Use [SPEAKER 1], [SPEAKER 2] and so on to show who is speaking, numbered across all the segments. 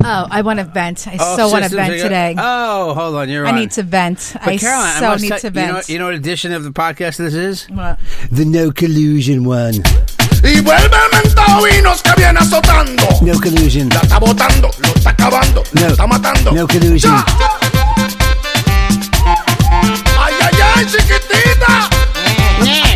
[SPEAKER 1] Oh, I want to vent. I
[SPEAKER 2] Oh,
[SPEAKER 1] so want to
[SPEAKER 2] systems
[SPEAKER 1] vent
[SPEAKER 2] are go-
[SPEAKER 1] today.
[SPEAKER 2] Oh, hold on, you're
[SPEAKER 1] I
[SPEAKER 2] on.
[SPEAKER 1] need to vent.
[SPEAKER 2] But
[SPEAKER 1] I
[SPEAKER 2] Caroline, I
[SPEAKER 1] so
[SPEAKER 2] must
[SPEAKER 1] need
[SPEAKER 2] tell-
[SPEAKER 1] to
[SPEAKER 2] You know,
[SPEAKER 1] vent.
[SPEAKER 2] you know what edition of the podcast this is?
[SPEAKER 1] What?
[SPEAKER 3] The no collusion one.
[SPEAKER 4] Y vuelve el mentado vinos que viene azotando.
[SPEAKER 3] No collusion.
[SPEAKER 4] La está botando, lo está acabando,
[SPEAKER 3] No.
[SPEAKER 4] lo está matando.
[SPEAKER 3] No collusion.
[SPEAKER 4] ¡Ya! ¡Ay, ay, ay, chiquitita!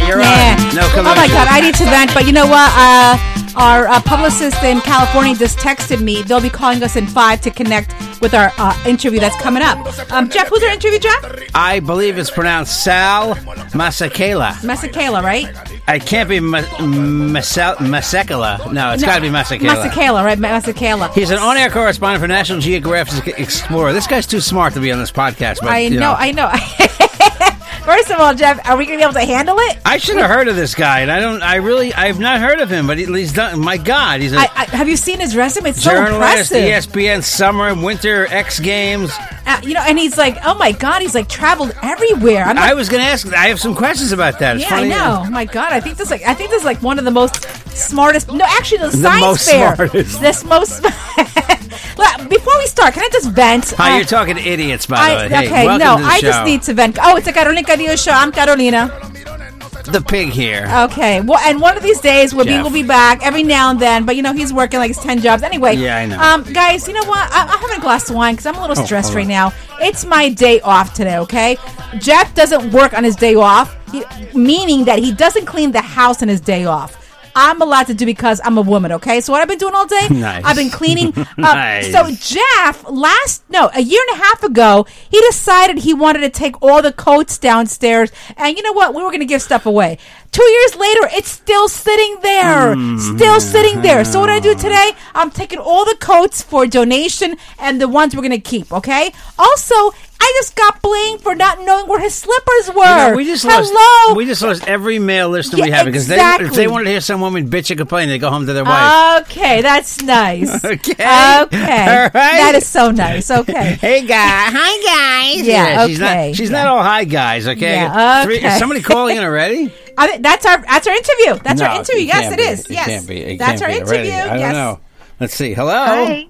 [SPEAKER 2] You're
[SPEAKER 1] Yeah.
[SPEAKER 2] on. No
[SPEAKER 1] oh my
[SPEAKER 2] collusion.
[SPEAKER 1] god, I need to vent. But you know what? Uh, our uh, publicist in California just texted me. They'll be calling us in five to connect with our uh, interview that's coming up. Um, Jeff, who's our interview, Jeff?
[SPEAKER 2] I believe it's pronounced Sal Masakela.
[SPEAKER 1] Masakela, right?
[SPEAKER 2] I can't be Ma- Masa- Masakela. No, it's got to be Masakela.
[SPEAKER 1] Masakela, right? Masakela.
[SPEAKER 2] He's an on-air correspondent for National Geographic Explorer. This guy's too smart to be on this podcast. But,
[SPEAKER 1] I
[SPEAKER 2] you
[SPEAKER 1] know, I know. First of all, Jeff, are we going to be able to handle it?
[SPEAKER 2] I should have heard of this guy, and I don't. I really, I've not heard of him, but he- he's done. My God, he's a
[SPEAKER 1] I, I, have you seen his resume? It's so
[SPEAKER 2] journalist,
[SPEAKER 1] impressive.
[SPEAKER 2] ESPN Summer and Winter X Games.
[SPEAKER 1] Uh, you know, and he's like, oh my god, he's like traveled everywhere. I'm like,
[SPEAKER 2] I was going to ask. I have some questions about that. It's
[SPEAKER 1] yeah,
[SPEAKER 2] funny.
[SPEAKER 1] I know. Oh my god, I think this like I think this is like one of the most smartest. No, actually, the,
[SPEAKER 2] The
[SPEAKER 1] science
[SPEAKER 2] most
[SPEAKER 1] fair.
[SPEAKER 2] smartest.
[SPEAKER 1] This most. Look, Before we start, can I just vent?
[SPEAKER 2] Hi,
[SPEAKER 1] Uh,
[SPEAKER 2] you're talking to idiots, by
[SPEAKER 1] I,
[SPEAKER 2] the way. Hey,
[SPEAKER 1] okay,
[SPEAKER 2] welcome
[SPEAKER 1] no,
[SPEAKER 2] to the
[SPEAKER 1] I just
[SPEAKER 2] show.
[SPEAKER 1] need to vent. Oh, it's a Carolina Cadillo show. I'm Carolina.
[SPEAKER 2] the pig here.
[SPEAKER 1] Okay, well, and one of these days we'll be
[SPEAKER 2] Jeff.
[SPEAKER 1] we'll be back every now and then. But you know he's working like his ten jobs anyway.
[SPEAKER 2] Yeah, I know. Oh,
[SPEAKER 1] Um, guys, you know what? I, I'm having a glass of wine because I'm a little stressed right now. It's my day off today. Okay, Jeff doesn't work on his day off, he- meaning that he doesn't clean the house on his day off. I'm allowed to do because I'm a woman. Okay, so what I've been doing all day,
[SPEAKER 2] Nice.
[SPEAKER 1] I've been cleaning. Uh,
[SPEAKER 2] Nice.
[SPEAKER 1] So Jeff, last no, a year and a half ago, he decided he wanted to take all the coats downstairs, and you know what? We were going to give stuff away. Two years later, it's still sitting there,
[SPEAKER 2] Mm-hmm.
[SPEAKER 1] still sitting there. So what I do today? I'm taking all the coats for donation and the ones we're going to keep. Okay. Also, I just got blamed for not knowing where his slippers were.
[SPEAKER 2] You know, we just lost.
[SPEAKER 1] Hello.
[SPEAKER 2] We just lost every male listener we
[SPEAKER 1] Yeah,
[SPEAKER 2] have because they, if
[SPEAKER 1] exactly. Uh,
[SPEAKER 2] they wanted to hear some woman bitch and complain, they go home to their wife.
[SPEAKER 1] Okay, that's nice.
[SPEAKER 2] Okay.
[SPEAKER 1] Okay.
[SPEAKER 2] All right.
[SPEAKER 1] That is so nice. Okay.
[SPEAKER 2] Hey guys, hi guys.
[SPEAKER 1] Yeah,
[SPEAKER 2] she's
[SPEAKER 1] okay,
[SPEAKER 2] not. She's
[SPEAKER 1] yeah.
[SPEAKER 2] not all high guys. Okay.
[SPEAKER 1] Yeah,
[SPEAKER 2] Three,
[SPEAKER 1] okay.
[SPEAKER 2] is somebody calling in already?
[SPEAKER 1] I mean, that's our that's our interview. That's
[SPEAKER 2] No,
[SPEAKER 1] our interview. Yes, it is. Yes,
[SPEAKER 2] can't be. It
[SPEAKER 1] that's
[SPEAKER 2] can't
[SPEAKER 1] our
[SPEAKER 2] be already.
[SPEAKER 1] interview.
[SPEAKER 2] I
[SPEAKER 1] yes.
[SPEAKER 2] don't know. Let's see. Hello.
[SPEAKER 5] Hi.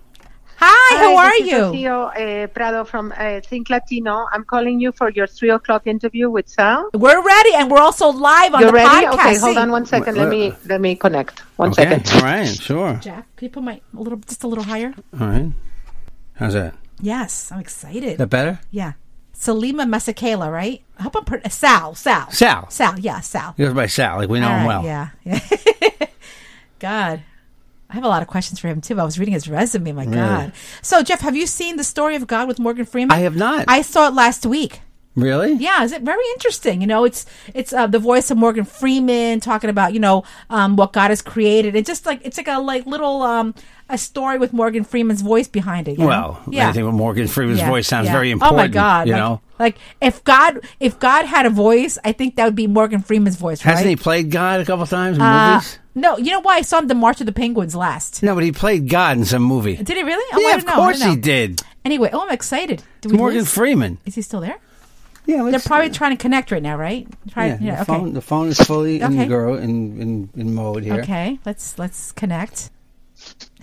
[SPEAKER 1] Hi, how
[SPEAKER 5] Hi,
[SPEAKER 1] are
[SPEAKER 5] this is
[SPEAKER 1] you?
[SPEAKER 5] Rocío, uh, Prado from uh, Think Latino. I'm calling you for your three o'clock interview with Sal.
[SPEAKER 1] We're ready, and we're also live on
[SPEAKER 5] You're
[SPEAKER 1] the
[SPEAKER 5] ready?
[SPEAKER 1] podcast.
[SPEAKER 5] Okay, hold
[SPEAKER 1] See?
[SPEAKER 5] on one second. Let me let me connect. One
[SPEAKER 2] Okay.
[SPEAKER 5] second.
[SPEAKER 2] All right. Sure.
[SPEAKER 1] Jack, can you put my a little just a little higher?
[SPEAKER 2] All right. How's that?
[SPEAKER 1] Yes, I'm excited.
[SPEAKER 2] Is that better?
[SPEAKER 1] yeah, Salima Masakela, right? I hope I'm per- Sal. Sal.
[SPEAKER 2] Sal.
[SPEAKER 1] Sal. Yeah, Sal.
[SPEAKER 2] He goes by Sal. Like we know
[SPEAKER 1] All
[SPEAKER 2] him
[SPEAKER 1] right,
[SPEAKER 2] well.
[SPEAKER 1] Uh, Yeah. God. I have a lot of questions for him too. I was reading his resume. My God. So, Jeff, have you seen the story of God with Morgan Freeman?
[SPEAKER 2] I have not.
[SPEAKER 1] I saw it last week.
[SPEAKER 2] Really?
[SPEAKER 1] Yeah, is it very interesting? You know, it's it's uh, the voice of Morgan Freeman talking about you know um, what God has created, and just like it's like a like little um, a story with Morgan Freeman's voice behind it. you know?
[SPEAKER 2] Well, I think Morgan Freeman's
[SPEAKER 1] Yeah,
[SPEAKER 2] voice sounds
[SPEAKER 1] yeah.
[SPEAKER 2] very important.
[SPEAKER 1] Oh my God!
[SPEAKER 2] You
[SPEAKER 1] like,
[SPEAKER 2] know,
[SPEAKER 1] like if God if God had a voice, I think that would be Morgan Freeman's voice, right? Uh,
[SPEAKER 2] hasn't he played God a couple times in movies?
[SPEAKER 1] no, you know why I saw him the March of the Penguins last.
[SPEAKER 2] No, but he played God in some movie.
[SPEAKER 1] Did he really? Oh, I
[SPEAKER 2] yeah,
[SPEAKER 1] don't
[SPEAKER 2] of
[SPEAKER 1] know, I
[SPEAKER 2] course
[SPEAKER 1] don't
[SPEAKER 2] he
[SPEAKER 1] know.
[SPEAKER 2] did.
[SPEAKER 1] Anyway, oh, I'm excited. Do
[SPEAKER 2] It's Morgan
[SPEAKER 1] lose-
[SPEAKER 2] Freeman.
[SPEAKER 1] Is he still there?
[SPEAKER 2] Yeah,
[SPEAKER 1] They're
[SPEAKER 2] let's-
[SPEAKER 1] probably trying to connect right now, right? Try,
[SPEAKER 2] Yeah, the,
[SPEAKER 1] okay.
[SPEAKER 2] phone, the phone is fully in
[SPEAKER 1] Okay.
[SPEAKER 2] girl in, in in mode here.
[SPEAKER 1] Okay, let's let's connect.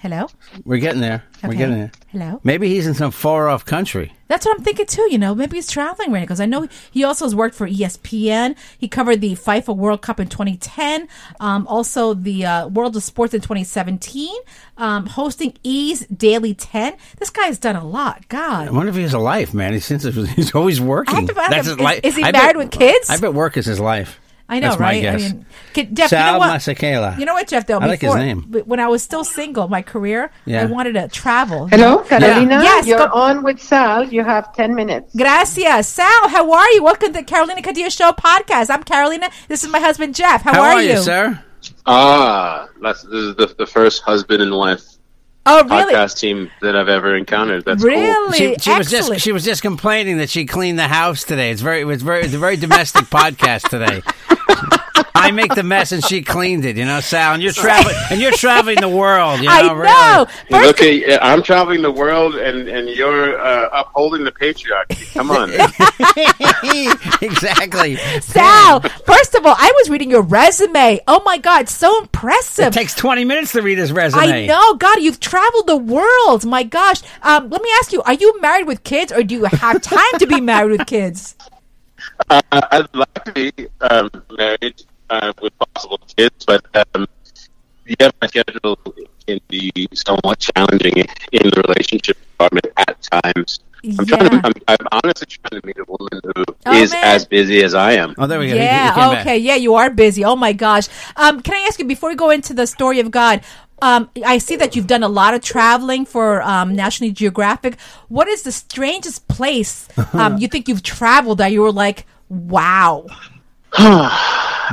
[SPEAKER 1] Hello?
[SPEAKER 2] We're getting there. We're
[SPEAKER 1] Okay.
[SPEAKER 2] getting there.
[SPEAKER 1] Hello?
[SPEAKER 2] Maybe he's in some far off country.
[SPEAKER 1] That's what I'm thinking too. You know, maybe he's traveling right now because I know he also has worked for E ESPN. He covered the FIFA World Cup in 2010, um, also the uh, World of Sports in 2017, um, hosting E's Daily 10. This guy has done a lot.
[SPEAKER 2] I
[SPEAKER 1] God,
[SPEAKER 2] wonder if he has a life, man. He's since he's always working.
[SPEAKER 1] I have to find him. Is-
[SPEAKER 2] life.
[SPEAKER 1] is he
[SPEAKER 2] I
[SPEAKER 1] married with kids?
[SPEAKER 2] I bet work is his life.
[SPEAKER 1] I know,
[SPEAKER 2] That's
[SPEAKER 1] right?
[SPEAKER 2] My guess.
[SPEAKER 1] I mean, kid- Jeff, you know
[SPEAKER 2] Sal
[SPEAKER 1] what?
[SPEAKER 2] Masakela.
[SPEAKER 1] You know what, Jeff? Though
[SPEAKER 2] I like his
[SPEAKER 1] before-
[SPEAKER 2] name.
[SPEAKER 1] but when I was still single, my career,
[SPEAKER 2] Yeah.
[SPEAKER 1] I wanted to travel.
[SPEAKER 5] Hello, Carolina.
[SPEAKER 1] Yes,
[SPEAKER 5] you're
[SPEAKER 1] go-
[SPEAKER 5] on with Sal. You have ten minutes.
[SPEAKER 1] Gracias, Sal. How are you? Welcome to Carolina Cadillo Show podcast. I'm Carolina. This is my husband Jeff. How,
[SPEAKER 2] How are you, sir?
[SPEAKER 6] Ah, that's, this is the, the first husband and wife
[SPEAKER 1] Oh, really?
[SPEAKER 6] podcast team that I've ever encountered. That's cool.
[SPEAKER 1] Really?
[SPEAKER 2] She, she was
[SPEAKER 1] Excellent.
[SPEAKER 2] just she was just complaining that she cleaned the house today. It's very it was very it's a very domestic podcast today. I make the mess and she cleaned it. You know, Sal, and you're traveling and you're traveling the world. You know,
[SPEAKER 1] I know.
[SPEAKER 2] really.
[SPEAKER 6] Look,
[SPEAKER 1] First,
[SPEAKER 6] okay, I'm traveling the world, and and you're uh, upholding the patriarchy. Come on,
[SPEAKER 2] exactly.
[SPEAKER 1] Sal, first of all, I was reading your resume. Oh my God, so
[SPEAKER 2] It
[SPEAKER 1] impressive.
[SPEAKER 2] takes twenty minutes to read his resume.
[SPEAKER 1] I know, God, you've traveled the world. My gosh. Um, let me ask you, are you married with kids or do you have time to be married with kids?
[SPEAKER 6] I, Uh, I'd like to be um, married uh, with possible kids, but um, yeah, my schedule can be somewhat challenging in the relationship department at times. I'm trying
[SPEAKER 1] Yeah.
[SPEAKER 6] to. I'm, I'm honestly trying to meet a woman who is
[SPEAKER 1] Oh, man.
[SPEAKER 6] as busy as I am.
[SPEAKER 2] Oh, there we go. He- he came
[SPEAKER 1] Yeah,
[SPEAKER 2] back.
[SPEAKER 1] okay. Yeah, you are busy. Oh my gosh. Um, can I ask you before we go into the story of God? Um, I see that you've done a lot of traveling for um, National Geographic. What is the strangest place um, you think you've traveled that you were like, wow?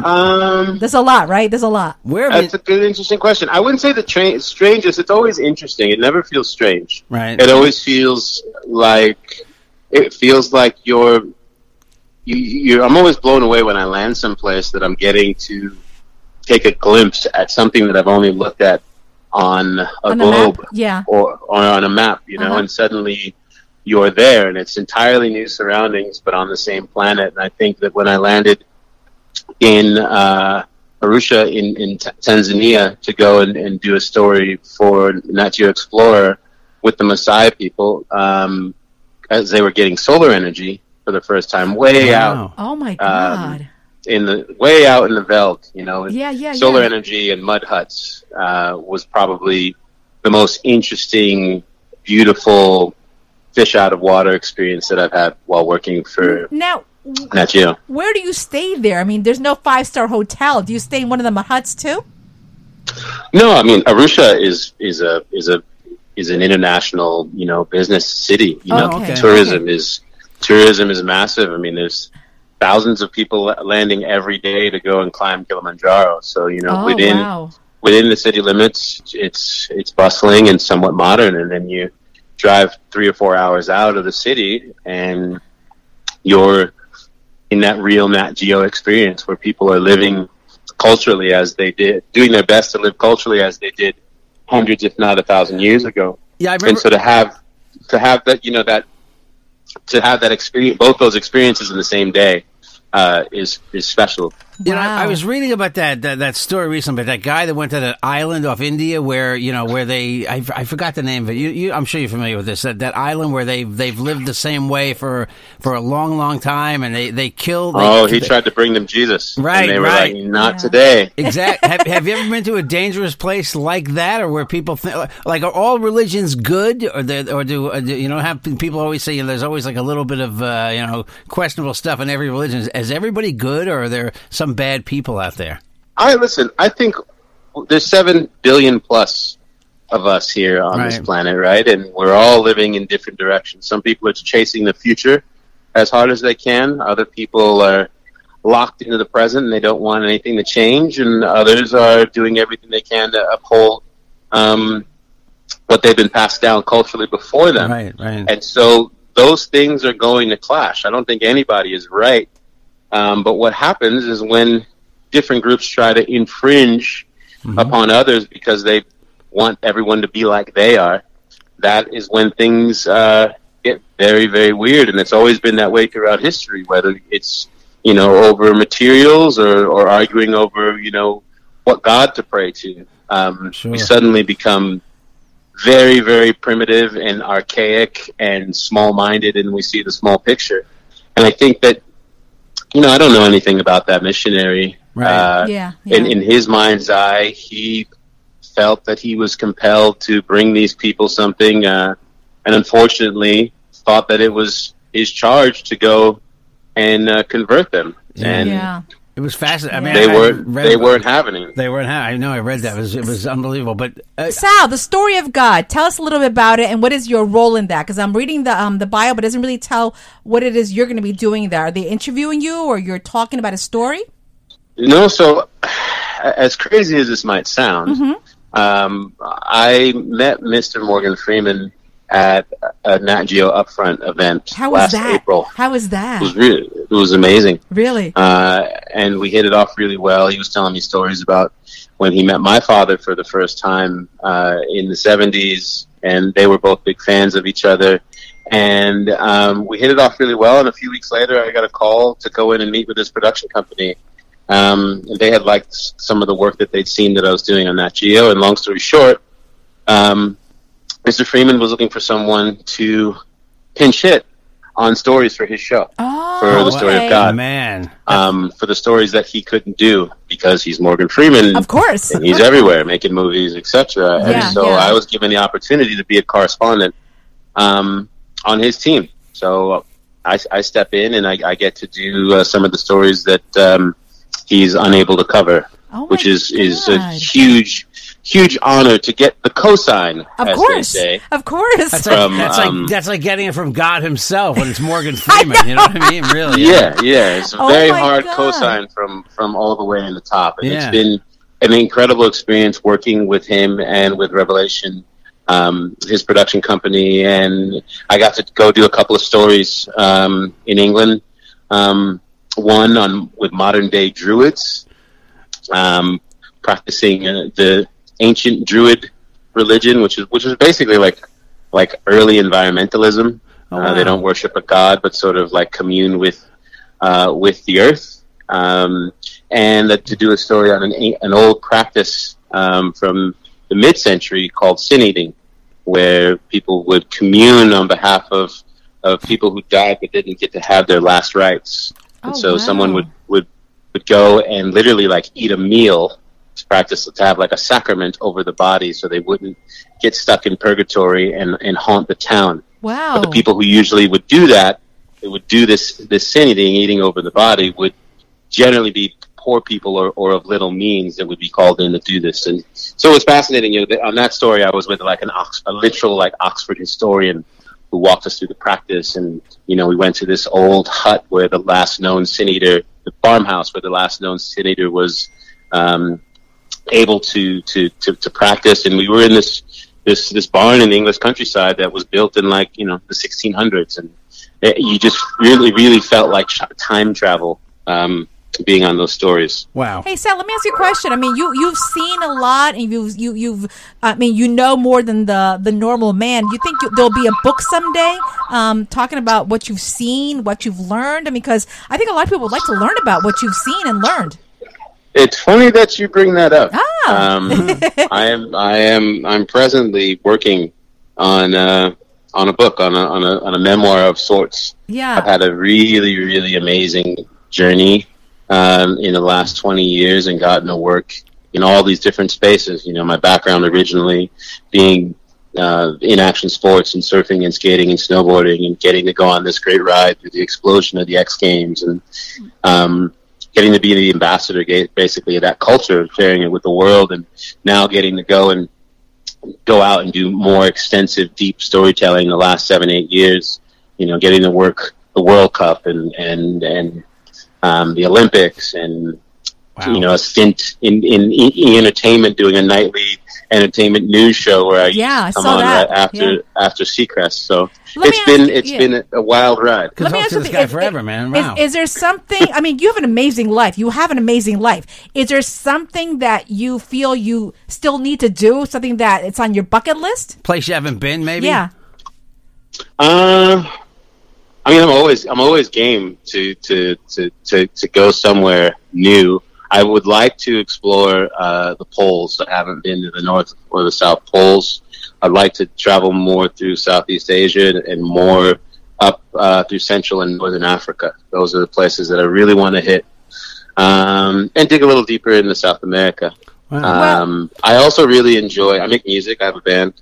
[SPEAKER 6] Um,
[SPEAKER 1] There's a lot, right? There's a lot.
[SPEAKER 2] Where have
[SPEAKER 6] that's a
[SPEAKER 2] you,
[SPEAKER 6] good, interesting question. I wouldn't say the tra- strangest. It's always interesting. It never feels strange.
[SPEAKER 2] Right.
[SPEAKER 6] It always feels like it feels like you're. You, you're, I'm always blown away when I land someplace that I'm getting to take a glimpse at something that I've only looked at on a
[SPEAKER 1] On the map?
[SPEAKER 6] globe
[SPEAKER 1] Yeah.
[SPEAKER 6] or, or on a map, you know,
[SPEAKER 1] Uh-huh.
[SPEAKER 6] and suddenly you're there and it's entirely new surroundings, but on the same planet. And I think that when I landed in uh, Arusha in, in Ta- Tanzania to go and, and do a story for Nat Geo Explorer with the Maasai people, um, as they were getting solar energy for the first time, way out
[SPEAKER 2] Wow.
[SPEAKER 1] Oh my
[SPEAKER 6] Um,
[SPEAKER 1] God.
[SPEAKER 6] in the way out in the veld, you know,
[SPEAKER 1] Yeah, yeah,
[SPEAKER 6] solar
[SPEAKER 1] yeah.
[SPEAKER 6] energy and mud huts uh, was probably the most interesting, beautiful fish out of water experience that I've had while working for
[SPEAKER 1] now, w-
[SPEAKER 6] Nat Geo.
[SPEAKER 1] where do you stay there? I mean, there's no five star hotel. Do you stay in one of the huts too?
[SPEAKER 6] No, I mean Arusha is is a is a is an international you know business city. You know,
[SPEAKER 1] Oh, okay.
[SPEAKER 6] tourism is tourism is massive. I mean, there's thousands of people landing every day to go and climb Kilimanjaro. So you know,
[SPEAKER 1] Oh,
[SPEAKER 6] within
[SPEAKER 1] wow.
[SPEAKER 6] within the city limits, it's it's bustling and somewhat modern. And then you drive three or four hours out of the city, and you're in that real Nat Geo experience where people are living culturally as they did, doing their best to live culturally as they did hundreds, if not a thousand years ago.
[SPEAKER 2] Yeah, I remember.
[SPEAKER 6] And so to have to have that, you know, that to have that experience, both those experiences in the same day, uh, is is special.
[SPEAKER 2] You know, I, I
[SPEAKER 1] Wow.
[SPEAKER 2] was reading about that, that that story recently. That guy that went to that island off India, where you know where they I, I forgot the name, but you, you I'm sure you're familiar with this. That, that island where they they've lived the same way for for a long, long time, and they they kill. They,
[SPEAKER 6] Oh, he tried to bring them Jesus.
[SPEAKER 2] Right,
[SPEAKER 6] And they were
[SPEAKER 2] right.
[SPEAKER 6] like, not
[SPEAKER 1] Yeah.
[SPEAKER 6] today.
[SPEAKER 2] Exact. have, have you ever been to a dangerous place like that, or where people think, like are all religions good, or they- or do, uh, do you know have people always say you know, there's always like a little bit of uh, you know questionable stuff in every religion? Is, is everybody good, or are there some bad people out there?
[SPEAKER 6] I listen. I think there's seven billion plus of us here on this
[SPEAKER 2] Right.
[SPEAKER 6] planet, right? And we're all living in different directions. Some people are chasing the future as hard as they can. Other people are locked into the present and they don't want anything to change. And others are doing everything they can to uphold um, what they've been passed down culturally before them.
[SPEAKER 2] Right, right.
[SPEAKER 6] And so those things are going to clash. I don't think anybody is right. Um, but what happens is when different groups try to infringe upon others because they want everyone to be like they are, that is when things uh, get very, very weird. And it's always been that way throughout history, whether it's, you know, over materials or, or arguing over, you know, what God to pray to. Um,
[SPEAKER 2] Sure.
[SPEAKER 6] We suddenly become very, very primitive and archaic and small minded, and we see the small picture. And I think that, you know, I don't know anything about that missionary.
[SPEAKER 2] Right.
[SPEAKER 6] Uh,
[SPEAKER 1] Yeah,
[SPEAKER 6] In,
[SPEAKER 1] yeah.
[SPEAKER 6] in his mind's eye, he felt that he was compelled to bring these people something, uh, and unfortunately thought that it was his charge to go and uh, convert them. And
[SPEAKER 1] yeah.
[SPEAKER 2] It was fascinating. I mean,
[SPEAKER 6] they
[SPEAKER 2] I- I
[SPEAKER 6] weren't
[SPEAKER 2] read
[SPEAKER 6] they
[SPEAKER 2] about-
[SPEAKER 6] weren't having it.
[SPEAKER 2] They weren't. Ha- I know. I read that. It was it was unbelievable. But uh,
[SPEAKER 1] Sal, the story of God. Tell us a little bit about it and what is your role in that? Because I'm reading the um, the bio, but it doesn't really tell what it is you're going to be doing there. Are they interviewing you or you're talking about a story?
[SPEAKER 6] No, so as crazy as this might sound,
[SPEAKER 1] Mm-hmm.
[SPEAKER 6] um, I met Mr. Morgan Freeman at a Nat Geo Upfront event
[SPEAKER 1] How was
[SPEAKER 6] last
[SPEAKER 1] that?
[SPEAKER 6] April.
[SPEAKER 1] How was
[SPEAKER 6] It was
[SPEAKER 1] that?
[SPEAKER 6] really, it was amazing,
[SPEAKER 1] Really?
[SPEAKER 6] uh, and we hit it off really well. He was telling me stories about when he met my father for the first time uh, in the '70s, and they were both big fans of each other. And um, we hit it off really well. And a few weeks later, I got a call to go in and meet with his production company, um, they had liked s- some of the work that they'd seen that I was doing on Nat Geo. And long story short, um, Mr. Freeman was looking for someone to pinch hit on stories for his show,
[SPEAKER 1] Oh,
[SPEAKER 6] for the story
[SPEAKER 1] okay.
[SPEAKER 6] of God,
[SPEAKER 2] man,
[SPEAKER 6] um, for the stories that he couldn't do because he's Morgan Freeman.
[SPEAKER 1] Of course.
[SPEAKER 6] And he's everywhere making movies, etc.
[SPEAKER 1] Yeah,
[SPEAKER 6] and so
[SPEAKER 1] yeah.
[SPEAKER 6] I was given the opportunity to be a correspondent um, on his team. So I, I step in and I, I get to do uh, some of the stories that um, he's unable to cover,
[SPEAKER 1] Oh my
[SPEAKER 6] which is is a
[SPEAKER 1] God.
[SPEAKER 6] huge, huge honor to get the cosign,
[SPEAKER 1] Of
[SPEAKER 6] as
[SPEAKER 1] course.
[SPEAKER 6] they say.
[SPEAKER 1] Of course.
[SPEAKER 2] that's
[SPEAKER 6] From,
[SPEAKER 2] like that's
[SPEAKER 6] um,
[SPEAKER 2] like that's like getting it from God Himself when it's Morgan Freeman. you know what I mean? Really?
[SPEAKER 6] Yeah, yeah. It's a
[SPEAKER 1] Oh
[SPEAKER 6] very
[SPEAKER 1] my
[SPEAKER 6] hard
[SPEAKER 1] God.
[SPEAKER 6] cosign from from all the way in the top, and
[SPEAKER 2] Yeah.
[SPEAKER 6] it's been an incredible experience working with him and with Revelation, um, his production company, and I got to go do a couple of stories um, in England. Um, one on with modern day druids, um, practicing uh, the ancient druid religion, which is which is basically like like early environmentalism.
[SPEAKER 2] Oh,
[SPEAKER 6] Uh, they
[SPEAKER 2] wow.
[SPEAKER 6] don't worship a god, but sort of like commune with uh, with the earth, um, and that to do a story on an a- an old practice um, from the mid century called sin eating, where people would commune on behalf of of people who died but didn't get to have their last rites, and
[SPEAKER 1] Oh,
[SPEAKER 6] so
[SPEAKER 1] wow.
[SPEAKER 6] someone would would would go and literally like eat a meal to practice to have like a sacrament over the body so they wouldn't get stuck in purgatory and, and haunt the town.
[SPEAKER 1] wow.
[SPEAKER 6] The people who usually would do that, they would do this this sin eating, eating over the body, would generally be poor people or, or of little means that would be called in to do this. And so it's fascinating. You know, that on that story, I was with like an Ox, a literal like Oxford historian who walked us through the practice. And you know, we went to this old hut where the last known sin eater, the farmhouse where the last known sin eater was. Um, able to, to to to practice and we were in this this this barn in the english countryside that was built in like you know the 1600s and it, you just really really felt like ch- time travel um being on those stories
[SPEAKER 2] Wow.
[SPEAKER 1] Hey Sal, let me ask you a question. I mean, you you've seen a lot, and you you you've I mean, you know more than the the normal man. You think you, there'll be a book someday, um, talking about what you've seen, what you've learned? I mean, because I think a lot of people would like to learn about what you've seen and learned.
[SPEAKER 6] it's funny that you bring that up
[SPEAKER 1] Ah,
[SPEAKER 6] um i am i am i'm presently working on uh on a book on a on a, on a memoir of sorts I've
[SPEAKER 1] yeah.
[SPEAKER 6] had a really, really amazing journey um, in the last 20 years and gotten to work in all these different spaces. You know, my background originally being uh, in action sports and surfing and skating and snowboarding and getting to go on this great ride through the explosion of the X Games and um, getting to be the ambassador, ga- basically, of that culture, sharing it with the world, and now getting to go and go out and do more extensive, deep storytelling in the last seven, eight years. You know, getting to work the World Cup and and and um, the Olympics and
[SPEAKER 2] Wow.
[SPEAKER 6] you know a stint in in e- E! entertainment, doing a nightly entertainment news show where I used
[SPEAKER 1] Yeah, I
[SPEAKER 6] to come
[SPEAKER 1] saw
[SPEAKER 6] on
[SPEAKER 1] that.
[SPEAKER 6] right after
[SPEAKER 1] Yeah.
[SPEAKER 6] after Seacrest. So
[SPEAKER 1] Let me
[SPEAKER 6] it's been
[SPEAKER 1] ask-
[SPEAKER 6] it's
[SPEAKER 1] yeah.
[SPEAKER 6] been a- a wild ride.
[SPEAKER 2] Could
[SPEAKER 1] Let me
[SPEAKER 2] talk
[SPEAKER 1] ask
[SPEAKER 2] to
[SPEAKER 1] you
[SPEAKER 2] this
[SPEAKER 1] something.
[SPEAKER 2] guy
[SPEAKER 1] Is-
[SPEAKER 2] forever, man. Wow.
[SPEAKER 1] Is, is there something? I mean, you have an amazing life. You have an amazing life. Is there something that you feel you still need to do? Something that it's on your bucket list?
[SPEAKER 2] Place you haven't been, maybe.
[SPEAKER 1] Yeah.
[SPEAKER 6] Uh, I mean, I'm always I'm always game to to to to, to go somewhere new. I would like to explore uh, the poles. I haven't been to the North or the South poles. I'd like to travel more through Southeast Asia and- and more up uh, through Central and Northern Africa. Those are the places that I really want to hit, um, and dig a little deeper into South America. Um, I also really enjoy. I make music. I have a band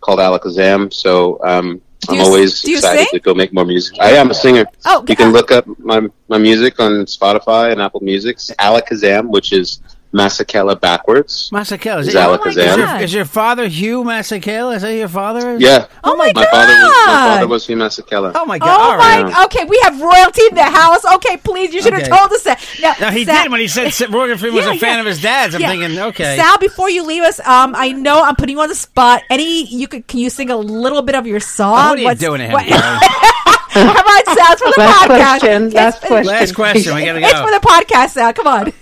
[SPEAKER 6] called Alakazam, so um,
[SPEAKER 1] Do
[SPEAKER 6] I'm
[SPEAKER 1] you-
[SPEAKER 6] always
[SPEAKER 1] do you sing?
[SPEAKER 6] excited to go make more music. I am a singer.
[SPEAKER 1] Oh,
[SPEAKER 6] you can look up my my music on Spotify and Apple Music. Alakazam, which is Masakela backwards.
[SPEAKER 2] Masakela. Is,
[SPEAKER 6] Is
[SPEAKER 2] it-
[SPEAKER 6] Alakazam.
[SPEAKER 2] is your,
[SPEAKER 1] God.
[SPEAKER 2] is your father Hugh Masakela? Is that your father? is?
[SPEAKER 6] Yeah.
[SPEAKER 1] Oh my
[SPEAKER 6] My father was my
[SPEAKER 1] God.
[SPEAKER 6] father was from Masakela.
[SPEAKER 2] Oh my God.
[SPEAKER 1] Oh
[SPEAKER 2] all right.
[SPEAKER 1] my! Okay, we have royalty in the house. Okay, please, you should
[SPEAKER 2] Okay.
[SPEAKER 1] have told us that.
[SPEAKER 2] Now he
[SPEAKER 1] Sa-
[SPEAKER 2] did when he said Sa- Morgan Freeman was
[SPEAKER 1] Yeah,
[SPEAKER 2] a fan
[SPEAKER 1] yeah.
[SPEAKER 2] of his dad's. I'm
[SPEAKER 1] Yeah.
[SPEAKER 2] thinking, okay.
[SPEAKER 1] Sal, before you leave us, um, I know I'm putting you on the spot. Any you could can you sing a little bit of your song?
[SPEAKER 2] Oh, what are you
[SPEAKER 1] What's-
[SPEAKER 2] doing to him?
[SPEAKER 1] what-
[SPEAKER 2] Karen?
[SPEAKER 1] Come on, Sal, it's for the
[SPEAKER 5] Last
[SPEAKER 1] podcast.
[SPEAKER 5] question,
[SPEAKER 1] It's
[SPEAKER 5] last
[SPEAKER 1] for-
[SPEAKER 5] question.
[SPEAKER 2] Last question. We gotta
[SPEAKER 1] It's for
[SPEAKER 2] go.
[SPEAKER 1] the podcast, Sal. Come on.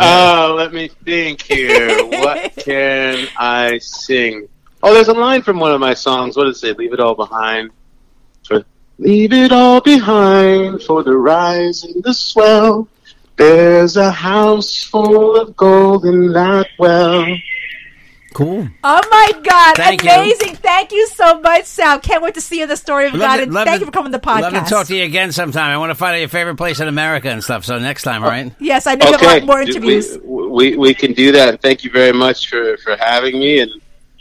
[SPEAKER 6] Oh, let me think here. what can I sing? Oh, there's a line from one of my songs. What does it say? Leave it all behind. For, Leave it all behind for the rise and the swell. There's a house full of gold in that well.
[SPEAKER 2] Cool.
[SPEAKER 1] Oh my God!
[SPEAKER 2] Thank you.
[SPEAKER 1] Amazing! Thank you so much, Sal. Can't wait to see you in the story of God.
[SPEAKER 2] to-
[SPEAKER 1] and thank
[SPEAKER 2] to-
[SPEAKER 1] you for coming to the podcast.
[SPEAKER 2] Love to talk to you again sometime. I want to find out your favorite place in America and stuff. So next time, all right?
[SPEAKER 1] Yes, I know you have a lot more interviews.
[SPEAKER 6] We, we, we can do that. Thank you very much for, for having me. And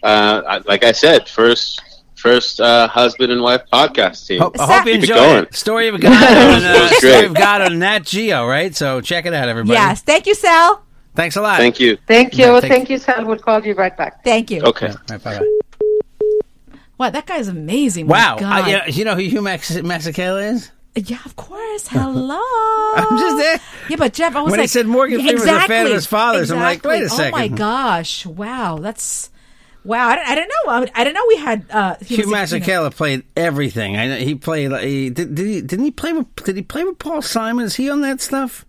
[SPEAKER 6] uh, I- like I said, first first uh, husband and wife podcast team.
[SPEAKER 2] Ho- I hope you
[SPEAKER 1] Keep
[SPEAKER 6] it
[SPEAKER 2] enjoy
[SPEAKER 6] going.
[SPEAKER 2] it. Story of God on, uh,
[SPEAKER 6] That was
[SPEAKER 2] Story
[SPEAKER 6] great.
[SPEAKER 2] of God on Nat Geo, right? So check it out, everybody.
[SPEAKER 1] yes, thank you, Sal.
[SPEAKER 2] Thanks a lot.
[SPEAKER 6] Thank you.
[SPEAKER 5] Thank you.
[SPEAKER 2] Yeah, thank-
[SPEAKER 5] thank, you, Sal. We'll call you right back.
[SPEAKER 1] Thank you.
[SPEAKER 6] Okay.
[SPEAKER 2] All right, bye-bye.
[SPEAKER 1] Wow, that guy's amazing. Oh My
[SPEAKER 2] Wow.
[SPEAKER 1] God.
[SPEAKER 2] I, you, know, you know who Hugh Max- Masekela is?
[SPEAKER 1] Yeah, of course. Hello. I'm
[SPEAKER 2] just there.
[SPEAKER 1] Yeah, but Jeff, I was
[SPEAKER 2] When he
[SPEAKER 1] like,
[SPEAKER 2] said Morgan
[SPEAKER 1] Yeah,
[SPEAKER 2] Freeman was a fan
[SPEAKER 1] exactly,
[SPEAKER 2] of his father's, I'm like, wait a
[SPEAKER 1] exactly. Oh my
[SPEAKER 2] second.
[SPEAKER 1] gosh! Wow, that's wow. I don't, I don't know. I, I don't know. We had uh, he
[SPEAKER 2] Hugh
[SPEAKER 1] was a- you know-
[SPEAKER 2] Masekela played everything. I know he played. like, He, did, did he? Didn't he play? With, did he play with Paul Simon? Is he on that stuff?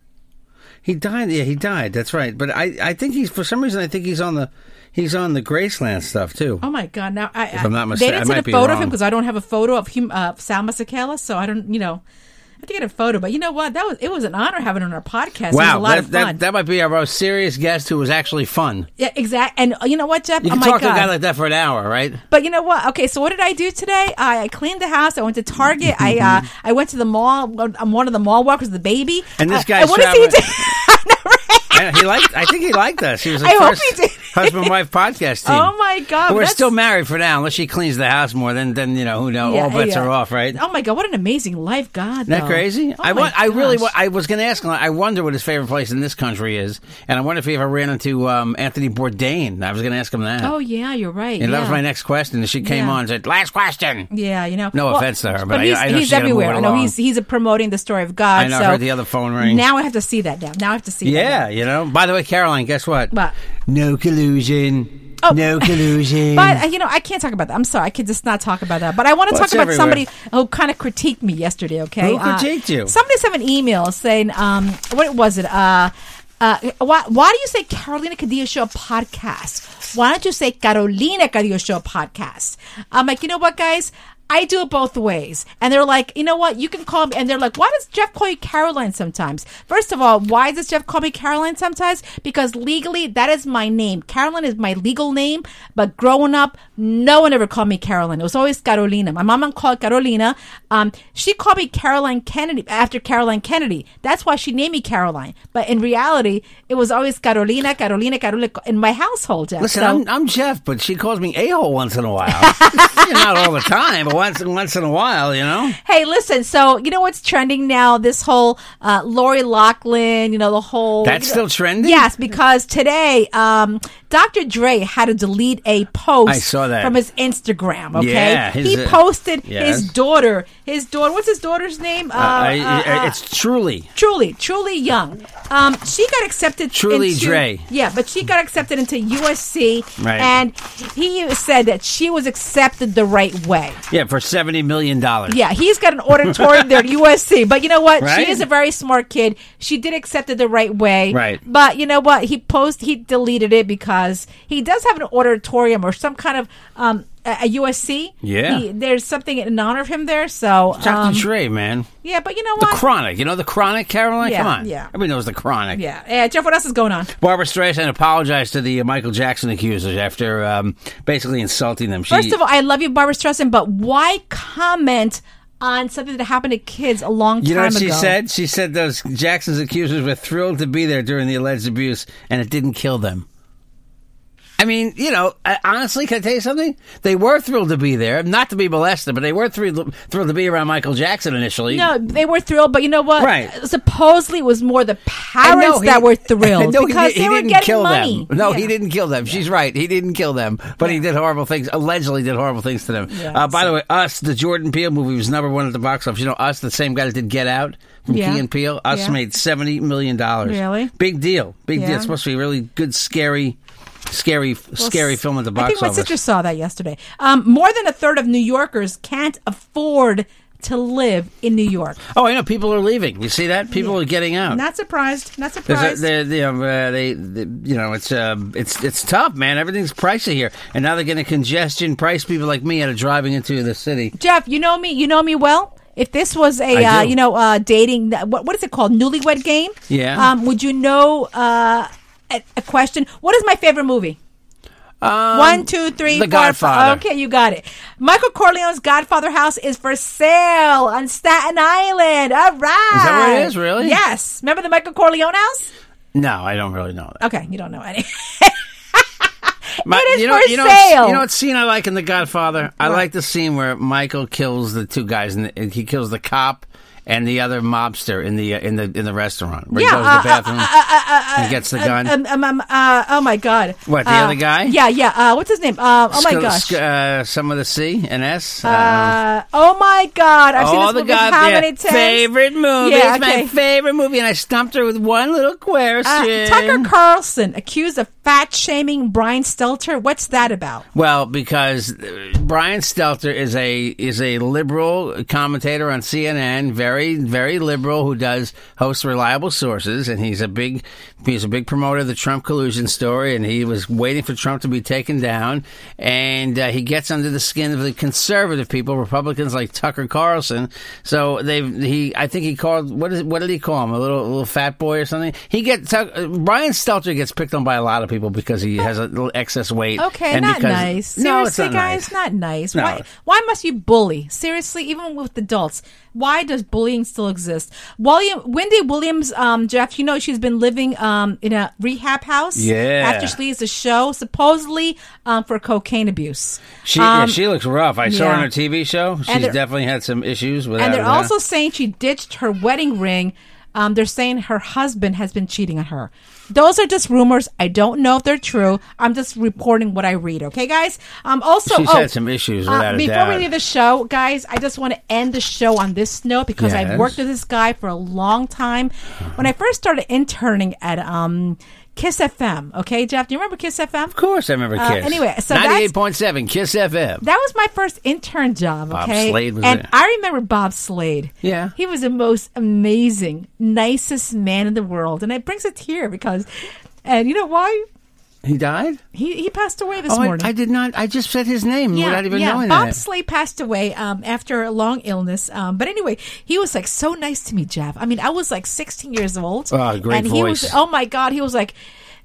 [SPEAKER 2] He died. Yeah, he died. That's right. But I, I think he's for some reason. I think he's on the, he's on the Graceland stuff too.
[SPEAKER 1] Oh my God! Now I, if
[SPEAKER 2] I'm not
[SPEAKER 1] they
[SPEAKER 2] mistaken- I
[SPEAKER 1] didn't send
[SPEAKER 2] might
[SPEAKER 1] a
[SPEAKER 2] be
[SPEAKER 1] photo of him
[SPEAKER 2] wrong.
[SPEAKER 1] because I don't have a photo of him, uh, Sal Masakela, so I don't. You know, I think I had a photo, but you know what? That was it was an honor having him on our podcast. it was a
[SPEAKER 2] wow,
[SPEAKER 1] lot
[SPEAKER 2] that,
[SPEAKER 1] of fun.
[SPEAKER 2] that that might be our most serious guest who was actually fun.
[SPEAKER 1] yeah, exact. And uh, you know what, Jeff?
[SPEAKER 2] You
[SPEAKER 1] oh
[SPEAKER 2] can
[SPEAKER 1] my
[SPEAKER 2] talk to
[SPEAKER 1] God.
[SPEAKER 2] a guy like that for an hour, right?
[SPEAKER 1] But you know what? Okay, so what did I do today? I, I cleaned the house. I went to Target. I uh, I went to the mall. I'm one of the mall walkers, the baby.
[SPEAKER 2] And this
[SPEAKER 1] Uh,
[SPEAKER 2] guy's
[SPEAKER 1] what does he
[SPEAKER 2] traveling-
[SPEAKER 1] do? I know, right?
[SPEAKER 2] I, he liked. I think he liked us. He was the
[SPEAKER 1] I hope
[SPEAKER 2] first
[SPEAKER 1] he did.
[SPEAKER 2] husband wife podcast team.
[SPEAKER 1] Oh my God,
[SPEAKER 2] But We're
[SPEAKER 1] that's-
[SPEAKER 2] still married for now, unless she cleans the house more. Then, then you know who knows.
[SPEAKER 1] Yeah,
[SPEAKER 2] All bets
[SPEAKER 1] yeah.
[SPEAKER 2] are off, right?
[SPEAKER 1] Oh my god, what an amazing life, God!
[SPEAKER 2] Isn't that
[SPEAKER 1] though.
[SPEAKER 2] crazy?
[SPEAKER 1] Oh
[SPEAKER 2] I
[SPEAKER 1] my
[SPEAKER 2] want. I really.
[SPEAKER 1] gosh.
[SPEAKER 2] wa- I was going to ask. him, I wonder what his favorite place in this country is, and I wonder if he ever ran into um, Anthony Bourdain. I was going to ask him that.
[SPEAKER 1] oh yeah, you're right.
[SPEAKER 2] and
[SPEAKER 1] yeah.
[SPEAKER 2] that was my next question. And she came
[SPEAKER 1] Yeah.
[SPEAKER 2] on and said, "Last question."
[SPEAKER 1] Yeah, you know.
[SPEAKER 2] No offense to her, but I-
[SPEAKER 1] he's,
[SPEAKER 2] I know
[SPEAKER 1] he's
[SPEAKER 2] she's gotta move
[SPEAKER 1] everywhere.
[SPEAKER 2] it
[SPEAKER 1] I know
[SPEAKER 2] along.
[SPEAKER 1] he's he's promoting the story of God.
[SPEAKER 2] I know. I
[SPEAKER 1] So
[SPEAKER 2] heard the other phone ring.
[SPEAKER 1] Now I have to see that. Now, now I have to see.
[SPEAKER 2] yeah,
[SPEAKER 1] That
[SPEAKER 2] you know. By the way, Caroline, guess what?
[SPEAKER 1] But
[SPEAKER 3] No collusion.
[SPEAKER 1] Oh.
[SPEAKER 3] No collusion.
[SPEAKER 1] But uh, you know, I can't talk about that. I'm sorry, I could just not talk about that. But I want to
[SPEAKER 2] Well,
[SPEAKER 1] talk
[SPEAKER 2] it's
[SPEAKER 1] about
[SPEAKER 2] everywhere.
[SPEAKER 1] somebody who kind of critiqued me yesterday. Okay, Uh,
[SPEAKER 2] Who critiqued you?
[SPEAKER 1] Somebody sent an email saying, um, "What was it? Uh, uh, why, why do you say Carolina Cadillo Show podcast? Why don't you say Carolina Cadillo Show podcast?" I'm like, you know what, guys. I do it both ways. And they're like, you know what? You can call me. And they're like, why does Jeff call you Caroline sometimes? First of all, why does Jeff call me Caroline sometimes? Because legally, that is my name. Caroline is my legal name. But growing up, no one ever called me Caroline. It was always Carolina. My mama called Carolina. Um, she called me Caroline Kennedy after Caroline Kennedy. That's why she named me Caroline. But in reality, it was always Carolina, Carolina, Carolina in my household. Jeff.
[SPEAKER 2] Listen,
[SPEAKER 1] So-
[SPEAKER 2] I'm, I'm Jeff, but she calls me a hole once in a while. Not all the time, but once once in a while, you know.
[SPEAKER 1] Hey, listen. So you know what's trending now? This whole uh, Lori Lachlan. You know the whole
[SPEAKER 2] That's
[SPEAKER 1] you know-
[SPEAKER 2] still trending?
[SPEAKER 1] Yes, because today um, Dr. Dre had to delete a post.
[SPEAKER 2] I saw that.
[SPEAKER 1] from his Instagram. Okay,
[SPEAKER 2] Yeah, his,
[SPEAKER 1] he
[SPEAKER 2] uh,
[SPEAKER 1] posted
[SPEAKER 2] yes.
[SPEAKER 1] his daughter. His daughter. What's his daughter's name? Uh,
[SPEAKER 2] I,
[SPEAKER 1] uh, uh,
[SPEAKER 2] it's truly
[SPEAKER 1] Truly, truly young. Um, she got accepted.
[SPEAKER 2] Truly
[SPEAKER 1] into,
[SPEAKER 2] Dre.
[SPEAKER 1] Yeah, but she got accepted into USC,
[SPEAKER 2] Right.
[SPEAKER 1] and he said that she was accepted the right way.
[SPEAKER 2] yeah for seventy million dollars.
[SPEAKER 1] Yeah, he's got an auditorium there at USC. But you know what?
[SPEAKER 2] Right?
[SPEAKER 1] She is a very smart kid. She did accept it the right way.
[SPEAKER 2] Right.
[SPEAKER 1] But you know what? He post he deleted it because he does have an auditorium or some kind of um uh, at USC.
[SPEAKER 2] Yeah.
[SPEAKER 1] He- there's something in honor of him there. So
[SPEAKER 2] Dr.
[SPEAKER 1] um,
[SPEAKER 2] Dre, man.
[SPEAKER 1] yeah, but you know
[SPEAKER 2] The
[SPEAKER 1] what?
[SPEAKER 2] Chronic. You know the Chronic, Caroline?
[SPEAKER 1] Yeah,
[SPEAKER 2] Come on.
[SPEAKER 1] yeah.
[SPEAKER 2] Everybody knows the Chronic.
[SPEAKER 1] yeah, yeah. Jeff, what else is going on?
[SPEAKER 2] Barbara Streisand apologized to the uh, Michael Jackson accusers after um, basically insulting them. She,
[SPEAKER 1] First of all, I love you, Barbara Streisand, but why comment on something that happened to kids a long
[SPEAKER 2] you know
[SPEAKER 1] time
[SPEAKER 2] what she
[SPEAKER 1] ago?
[SPEAKER 2] said? She said those Jackson's accusers were thrilled to be there during the alleged abuse, and it didn't kill them. I mean, you know, I, honestly, can I tell you something? They were thrilled to be there, not to be molested, but they were thrilled, thrilled to be around Michael Jackson initially.
[SPEAKER 1] No, they were thrilled, but you know what?
[SPEAKER 2] Right.
[SPEAKER 1] Supposedly, it was more the
[SPEAKER 2] I know
[SPEAKER 1] parents
[SPEAKER 2] he-
[SPEAKER 1] that were
[SPEAKER 2] I
[SPEAKER 1] thrilled
[SPEAKER 2] know he
[SPEAKER 1] because
[SPEAKER 2] did- he
[SPEAKER 1] they were
[SPEAKER 2] didn't
[SPEAKER 1] getting
[SPEAKER 2] kill
[SPEAKER 1] money.
[SPEAKER 2] Them. No,
[SPEAKER 1] Yeah.
[SPEAKER 2] he didn't kill them. She's right. He didn't kill them, but he did horrible things. Allegedly, did horrible things to them.
[SPEAKER 1] Yeah,
[SPEAKER 2] uh, by
[SPEAKER 1] so-
[SPEAKER 2] the way, Us, the Jordan Peele movie, was number one at the box office. You know, Us, the same guy that did Get Out from
[SPEAKER 1] Yeah.
[SPEAKER 2] Key and Peele. Us
[SPEAKER 1] Yeah.
[SPEAKER 2] made seventy million dollars.
[SPEAKER 1] Really?
[SPEAKER 2] Big deal. Big
[SPEAKER 1] Yeah.
[SPEAKER 2] deal. It's supposed to be a really good, scary, scary, scary film at the box
[SPEAKER 1] I think my
[SPEAKER 2] office.
[SPEAKER 1] sister saw that yesterday. Um, more than a third of New Yorkers can't afford to live in New York.
[SPEAKER 2] oh, I know. People are leaving. You see that? People are getting out.
[SPEAKER 1] Not surprised. Not
[SPEAKER 2] There's
[SPEAKER 1] surprised.
[SPEAKER 2] a, there- they, um, uh, they, they, you know, it's uh, it's it's tough, man. Everything's pricey here, and now they're going to congestion price people like me out of driving into the city.
[SPEAKER 1] Jeff, you know me. You know me well. If this was a
[SPEAKER 2] I
[SPEAKER 1] uh,
[SPEAKER 2] do.
[SPEAKER 1] you know uh, dating what what is it called newlywed game?
[SPEAKER 2] Yeah.
[SPEAKER 1] Um, would you know uh, a, a question? What is my favorite movie?
[SPEAKER 2] Um,
[SPEAKER 1] One, two, three,
[SPEAKER 2] The
[SPEAKER 1] four, five.
[SPEAKER 2] Godfather.
[SPEAKER 1] Okay, you got it. Michael Corleone's Godfather house is for sale on Staten Island. All right.
[SPEAKER 2] Is that where it is, really?
[SPEAKER 1] Yes. Remember the Michael Corleone house?
[SPEAKER 2] No, I don't really know that.
[SPEAKER 1] Okay, you don't know any.
[SPEAKER 2] My-
[SPEAKER 1] it is
[SPEAKER 2] you know,
[SPEAKER 1] for
[SPEAKER 2] you know,
[SPEAKER 1] sale.
[SPEAKER 2] You know what scene I like in The Godfather? I like the scene where Michael kills the two guys, and and he kills the cop and the other mobster in the uh, in the in the restaurant. Where
[SPEAKER 1] Yeah,
[SPEAKER 2] he goes to
[SPEAKER 1] uh,
[SPEAKER 2] the bathroom and gets the gun.
[SPEAKER 1] Um, um, um, uh, oh my god.
[SPEAKER 2] What, the
[SPEAKER 1] Uh,
[SPEAKER 2] other guy?
[SPEAKER 1] Yeah, yeah. Uh, what's his name? Uh, oh my
[SPEAKER 2] Sc-
[SPEAKER 1] gosh.
[SPEAKER 2] sc- uh, some of the C and S. Uh,
[SPEAKER 1] Uh, oh my god! I've seen
[SPEAKER 2] all
[SPEAKER 1] this
[SPEAKER 2] the
[SPEAKER 1] movie how
[SPEAKER 2] goddamn
[SPEAKER 1] many times?
[SPEAKER 2] favorite movie.
[SPEAKER 1] Yeah,
[SPEAKER 2] It's
[SPEAKER 1] okay.
[SPEAKER 2] my favorite movie, and I stumped her with one little question.
[SPEAKER 1] Uh, Tucker Carlson accused of fat shaming Brian Stelter. What's that about?
[SPEAKER 2] well, because uh, Brian Stelter is a is a liberal commentator on CNN, very very liberal, who does hosts reliable sources, and he's a big he's a big promoter of the Trump collusion story, and he was waiting for Trump to be taken down, and uh, he gets under the skin of the conservative people, Republicans like Tucker Carlson. So they've he I think he called what is what did he call him a little little fat boy or something. He gets Tuck- uh, Brian Stelter gets picked on by a lot of people because he has a little excess weight.
[SPEAKER 1] Okay,
[SPEAKER 2] and
[SPEAKER 1] not
[SPEAKER 2] because-
[SPEAKER 1] nice. Seriously,
[SPEAKER 2] No, it's not
[SPEAKER 1] guys,
[SPEAKER 2] nice.
[SPEAKER 1] not nice.
[SPEAKER 2] No.
[SPEAKER 1] Why? Why must you bully? Seriously, even with adults, why does bullying still exist? William Wendy Williams, um, Jeff, you know she's been living um, in a rehab house.
[SPEAKER 2] Yeah.
[SPEAKER 1] After she leaves the show, supposedly um, for cocaine abuse.
[SPEAKER 2] She yeah, she looks rough. I saw her on
[SPEAKER 1] um, yeah.
[SPEAKER 2] her TV show. She's
[SPEAKER 1] they're-
[SPEAKER 2] definitely had some issues with.
[SPEAKER 1] and
[SPEAKER 2] that,
[SPEAKER 1] they're
[SPEAKER 2] huh?
[SPEAKER 1] also saying she ditched her wedding ring. Um, they're saying her husband has been cheating on her. Those are just rumors. I don't know if they're true. I'm just reporting what I read. Okay, guys. Um, also,
[SPEAKER 2] She's
[SPEAKER 1] oh,
[SPEAKER 2] had some issues, without a
[SPEAKER 1] before we
[SPEAKER 2] doubt.
[SPEAKER 1] leave the show, guys, I just want to end the show on this note because I've
[SPEAKER 2] Yes.
[SPEAKER 1] worked with this guy for a long time. When I first started interning at um, Kiss FM, okay, Jeff, do you remember Kiss FM?
[SPEAKER 2] Of course, I remember
[SPEAKER 1] Uh,
[SPEAKER 2] Kiss.
[SPEAKER 1] anyway, so that's-
[SPEAKER 2] ninety-eight point seven Kiss FM.
[SPEAKER 1] That was my first intern job.
[SPEAKER 2] Bob
[SPEAKER 1] Okay,
[SPEAKER 2] Slade was
[SPEAKER 1] and
[SPEAKER 2] there.
[SPEAKER 1] I remember Bob Slade.
[SPEAKER 2] Yeah.
[SPEAKER 1] he was the most amazing, nicest man in the world, and it brings a tear because, and you know why
[SPEAKER 2] he died.
[SPEAKER 1] he he passed away this
[SPEAKER 2] Oh, I,
[SPEAKER 1] morning.
[SPEAKER 2] I did not. I just said his name without even
[SPEAKER 1] yeah.
[SPEAKER 2] knowing
[SPEAKER 1] Bob
[SPEAKER 2] that.
[SPEAKER 1] Slade passed away um, after a long illness. Um, but anyway, he was like so nice to me, Jeff. I mean, I was like 16 years old.
[SPEAKER 2] Ah, great
[SPEAKER 1] and he was,
[SPEAKER 2] voice.
[SPEAKER 1] oh my God, he was like,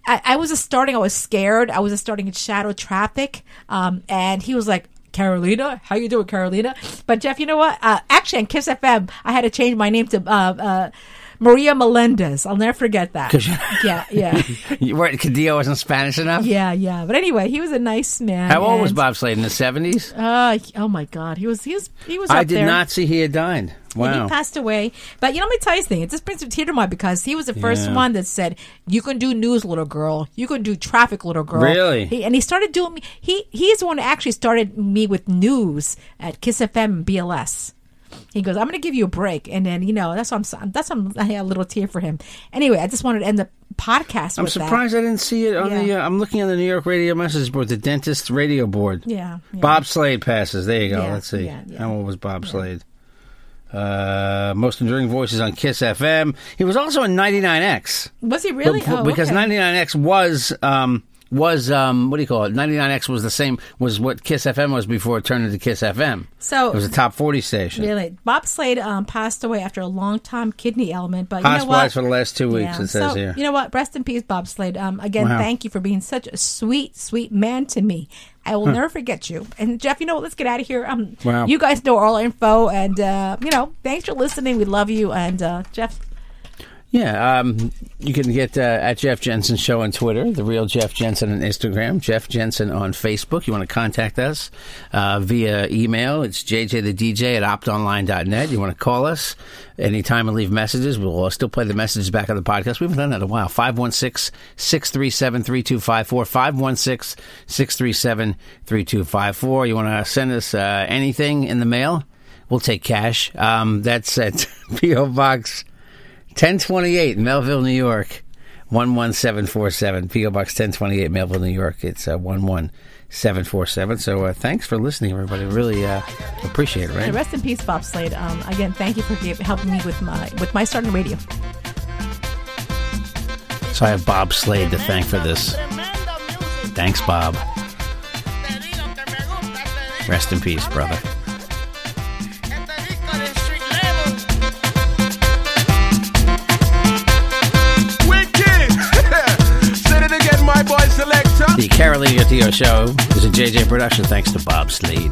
[SPEAKER 1] I, I was just starting, I was scared. I was just starting in shadow traffic. Um, and he was like, Carolina, how you doing, Carolina? But Jeff, you know what? Uh, actually, on Kiss FM, I had to change my name to uh, uh, Maria Melendez. I'll never forget that. yeah, yeah,
[SPEAKER 2] You weren't Cadillo wasn't Spanish enough.
[SPEAKER 1] yeah, yeah. But anyway, he was a nice man.
[SPEAKER 2] How old was
[SPEAKER 1] and-
[SPEAKER 2] Bob Slade in the seventies?
[SPEAKER 1] uh, he- oh my God, he was he was he was.
[SPEAKER 2] I
[SPEAKER 1] up
[SPEAKER 2] did
[SPEAKER 1] there.
[SPEAKER 2] not see he had died.
[SPEAKER 1] And
[SPEAKER 2] Wow.
[SPEAKER 1] he passed away. But you know, let me tell you something. It just brings a tear to my because he was the first
[SPEAKER 2] Yeah.
[SPEAKER 1] one that said, "You can do news, little girl. You can do traffic, little girl."
[SPEAKER 2] Really?
[SPEAKER 1] He, and he started doing me. He he's the one that actually started me with news at Kiss FM and BLS. He goes, "I'm going to give you a break," and then you know that's what I'm. That's what I'm, I had a little tear for him. Anyway, I just wanted to end the podcast.
[SPEAKER 2] I'm
[SPEAKER 1] with
[SPEAKER 2] surprised I didn't see it on
[SPEAKER 1] Yeah.
[SPEAKER 2] the. Uh, I'm looking on the New York radio message board, the dentist radio board.
[SPEAKER 1] That. Yeah, yeah.
[SPEAKER 2] Bob Slade passes. There you go.
[SPEAKER 1] Yeah,
[SPEAKER 2] Let's see.
[SPEAKER 1] yeah, yeah.
[SPEAKER 2] How old was Bob Slade? Uh, most enduring voices on Kiss FM. He was also in 99X.
[SPEAKER 1] Was he really?
[SPEAKER 2] Bef-
[SPEAKER 1] Oh,
[SPEAKER 2] because
[SPEAKER 1] okay.
[SPEAKER 2] 99X was um, was um, what do you call it? 99X was the same was what Kiss FM was before it turned into Kiss FM.
[SPEAKER 1] So-
[SPEAKER 2] it was a top 40 station.
[SPEAKER 1] Really, Bob Slade um, passed away after a long time kidney ailment. But you know what?
[SPEAKER 2] Hospitalized for the last two weeks.
[SPEAKER 1] Yeah.
[SPEAKER 2] It says
[SPEAKER 1] so,
[SPEAKER 2] here.
[SPEAKER 1] You know what? Rest in peace, Bob Slade. Um, again,
[SPEAKER 2] Wow.
[SPEAKER 1] thank you for being such a sweet, sweet man to me. I will never forget you. And Jeff, you know what? Let's get out of here. Um,
[SPEAKER 2] Wow.
[SPEAKER 1] you guys know all our info, and uh, you know, thanks for listening. We love you, and uh, Jeff.
[SPEAKER 2] Yeah, um, you can get uh, at Jeff Jensen Show on Twitter, the real Jeff Jensen on Instagram, Jeff Jensen on Facebook. You want to contact us uh, via email? It's jjthedj at optonline.net. You want to call us anytime and leave messages? We'll uh, still play the messages back on the podcast. We haven't done that in a while. 516 637 3254. 516 637 3254. You want to send us uh, anything in the mail? We'll take cash. Um, that's at P.O. Box. 1028 Melville, New York. 11747 PO Box 1028 Melville, New York. It's uh, 11747. So uh, thanks for listening everybody. Really uh, appreciate it,
[SPEAKER 1] And
[SPEAKER 2] right?
[SPEAKER 1] rest in peace, Bob Slade. Um, again, thank you for give, helping me with my with my start in radio.
[SPEAKER 2] So I have Bob Slade to thank for this. Thanks Bob. Rest in peace, brother.
[SPEAKER 4] Wicked! Say it again, my boy selector.
[SPEAKER 2] The Carolina Theo show is a JJ production thanks to Bob Slade.